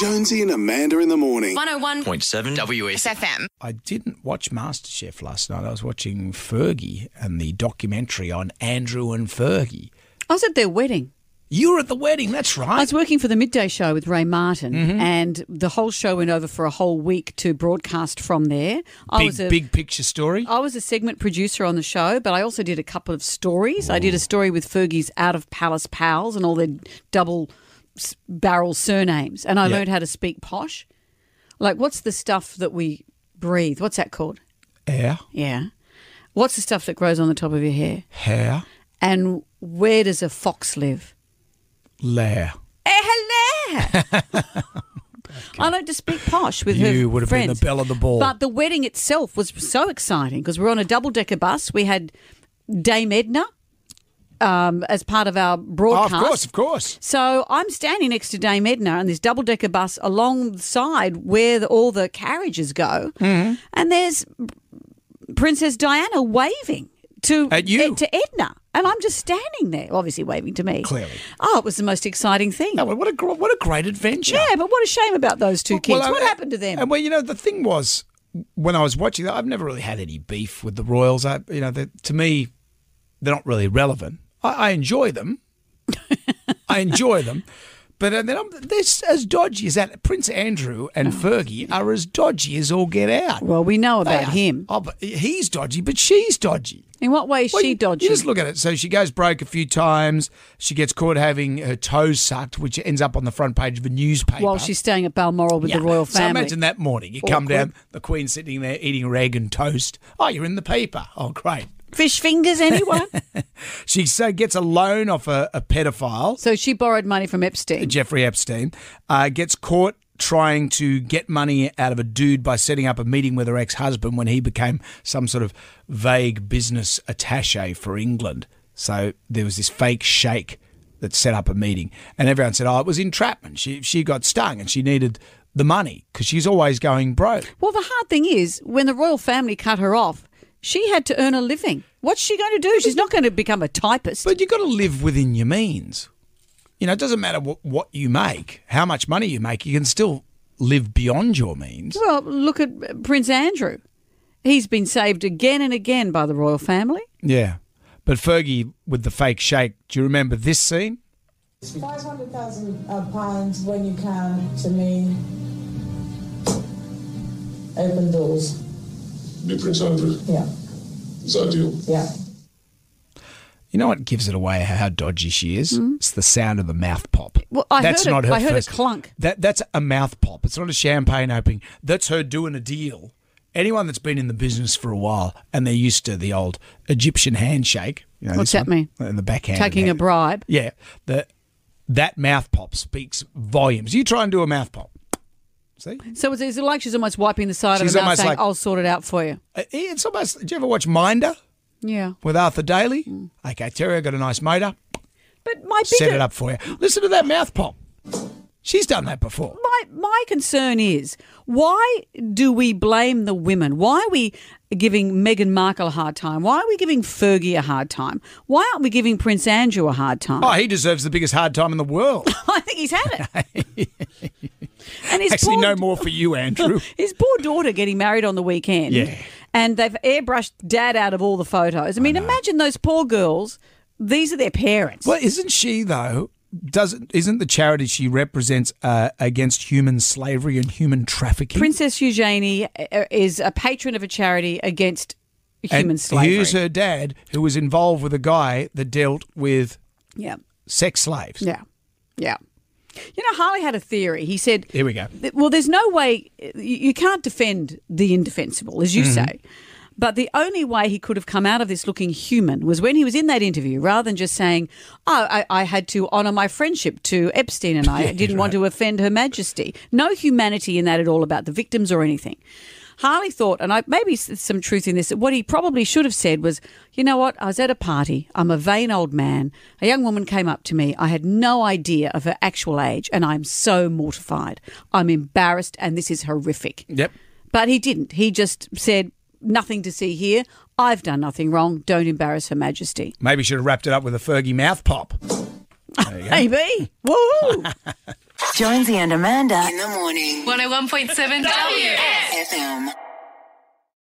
Jonesy and Amanda in the morning. 101 101.7 WS. FM. I didn't watch MasterChef last night. I was watching Fergie and the documentary on Andrew and Fergie. I was at their wedding. You were at the wedding, that's I right. was working for the midday show with Ray Martin, Mm-hmm. and the whole show went over for a whole week to broadcast from there. I Big, was Oh. a, big picture story. I was a segment producer on the show, but I also did a couple of stories. I Oh. did a story with Fergie's out of palace pals and all their double s- barrel surnames, and I Yeah. learned how to speak posh. Like, what's the stuff that we breathe? What's that called? Air, Yeah. What's the stuff that grows on the top of your hair? hair, And where does a fox live? lair. Eh, hello. I like to speak posh with her. You would have been friends. the belle of the ball. But the wedding itself was so exciting because we're on a double decker bus. We had Dame Edna um, as part of our Oh, broadcast. of course, of course. So I'm standing next to Dame Edna and this double decker bus alongside where the, all the carriages go. Mm-hmm. And there's Princess Diana waving to eh, At you. to Edna. And I'm just standing there, obviously waving to me. Clearly. Oh, it was the most exciting thing. No, what a gr- what a great adventure. Yeah, but what a shame about those two kids. I- what happened to them? And well, you know, the thing was, when I was watching that, I've never really had any beef with the Royals. I, you know, that to me, they're not really relevant. I, I enjoy them. I enjoy them. But uh, then I'm, they're s- as dodgy as that. Prince Andrew and Oh. Fergie are as dodgy as all get out. well, we know They about are- him. Oh, but he's dodgy, but she's dodgy. In what way is Well, she you- dodgy? You just look at it. So she goes broke a few times. She gets caught having her toes sucked, which ends up on the front page of a newspaper. While she's staying at Balmoral with the Yeah. royal So family. imagine that morning. You come Awkward. down, the Queen sitting there eating rag and toast. Oh, you're in the paper. Oh, great. Fish fingers, anyone? She so gets a loan off a, a pedophile, so she borrowed money from Epstein. Jeffrey Epstein, uh, gets caught trying to get money out of a dude by setting up a meeting with her ex husband when he became some sort of vague business attache for England. So there was this fake shake that set up a meeting, and everyone said, "Oh, it was entrapment. She she got stung, and she needed the money because she's always going broke." Well, the hard thing is, when the royal family cut her off, she had to earn a living. What's she going to do? She's not going to become a typist. But you've got to live within your means. You know, it doesn't matter what, what you make, how much money you make, you can still live beyond your means. well, look at Prince Andrew. He's been saved again and again by the royal family. Yeah. But Fergie with the fake shake, do you remember this scene? 500,000 uh, pounds when you can to me. Open doors. New Prince Andrew. Yeah, It's ideal. yeah. You know what gives it away how dodgy she is? It's the sound of the mouth pop. Hmm? Well, I that's heard a- not her I heard a first- clunk. That that's a mouth pop. It's not a champagne opening. That's her doing a deal. Anyone that's been in the business for a while and they're used to the old Egyptian handshake. You know, What's this that one, mean? And the backhand. Taking a hand- bribe. Yeah, the, that mouth pop speaks volumes. You try and do a mouth pop. See, So it's, it's like she's almost wiping the side She's of her mouth almost saying, like- I'll sort it out for you. Uh, it's almost. Did you ever watch Minder Yeah. with Arthur Daly? Mm. Okay, Terry got a nice motor. But my bigger, Set it up for you. Listen to that mouth pop. She's done that before. my my concern is why do we blame the women? Why are we giving Meghan Markle a hard time? Why are we giving Fergie a hard time? Why aren't we giving Prince Andrew a hard time? Oh, he deserves the biggest hard time in the world. I think he's had it. and his Actually, poor, no more for you, Andrew. His poor daughter getting married on the weekend. Yeah. And they've airbrushed dad out of all the photos. I mean, imagine those poor girls. These are their parents. well, isn't she though? Doesn't isn't the charity she represents uh, against human slavery and human trafficking? Princess Eugenie uh, is a patron of a charity against human and slavery. Here's her dad, who was involved with a guy that dealt with Yeah. sex slaves. Yeah. Yeah. You know, Harley had a theory. He said, Here we go. th- well, there's no way, you- you can't defend the indefensible, as you say. But the only way he could have come out of this looking human was when he was in that interview, rather than just saying, oh, I, I had to honour my friendship to Epstein and I didn't want to offend Her Majesty. No humanity in that at all about the victims or anything. Harley thought, and I, maybe s- some truth in this, that what he probably should have said was, you know what, I was at a party. I'm a vain old man. A young woman came up to me. I had no idea of her actual age, and I'm so mortified. I'm embarrassed, and this is horrific. Yep. But he didn't. He just said, nothing to see here. I've done nothing wrong. Don't embarrass Her Majesty. Maybe should have wrapped it up with a Fergie mouth pop. Maybe. Woo! Jonesy and Amanda. In the morning. 101.7 W. FM.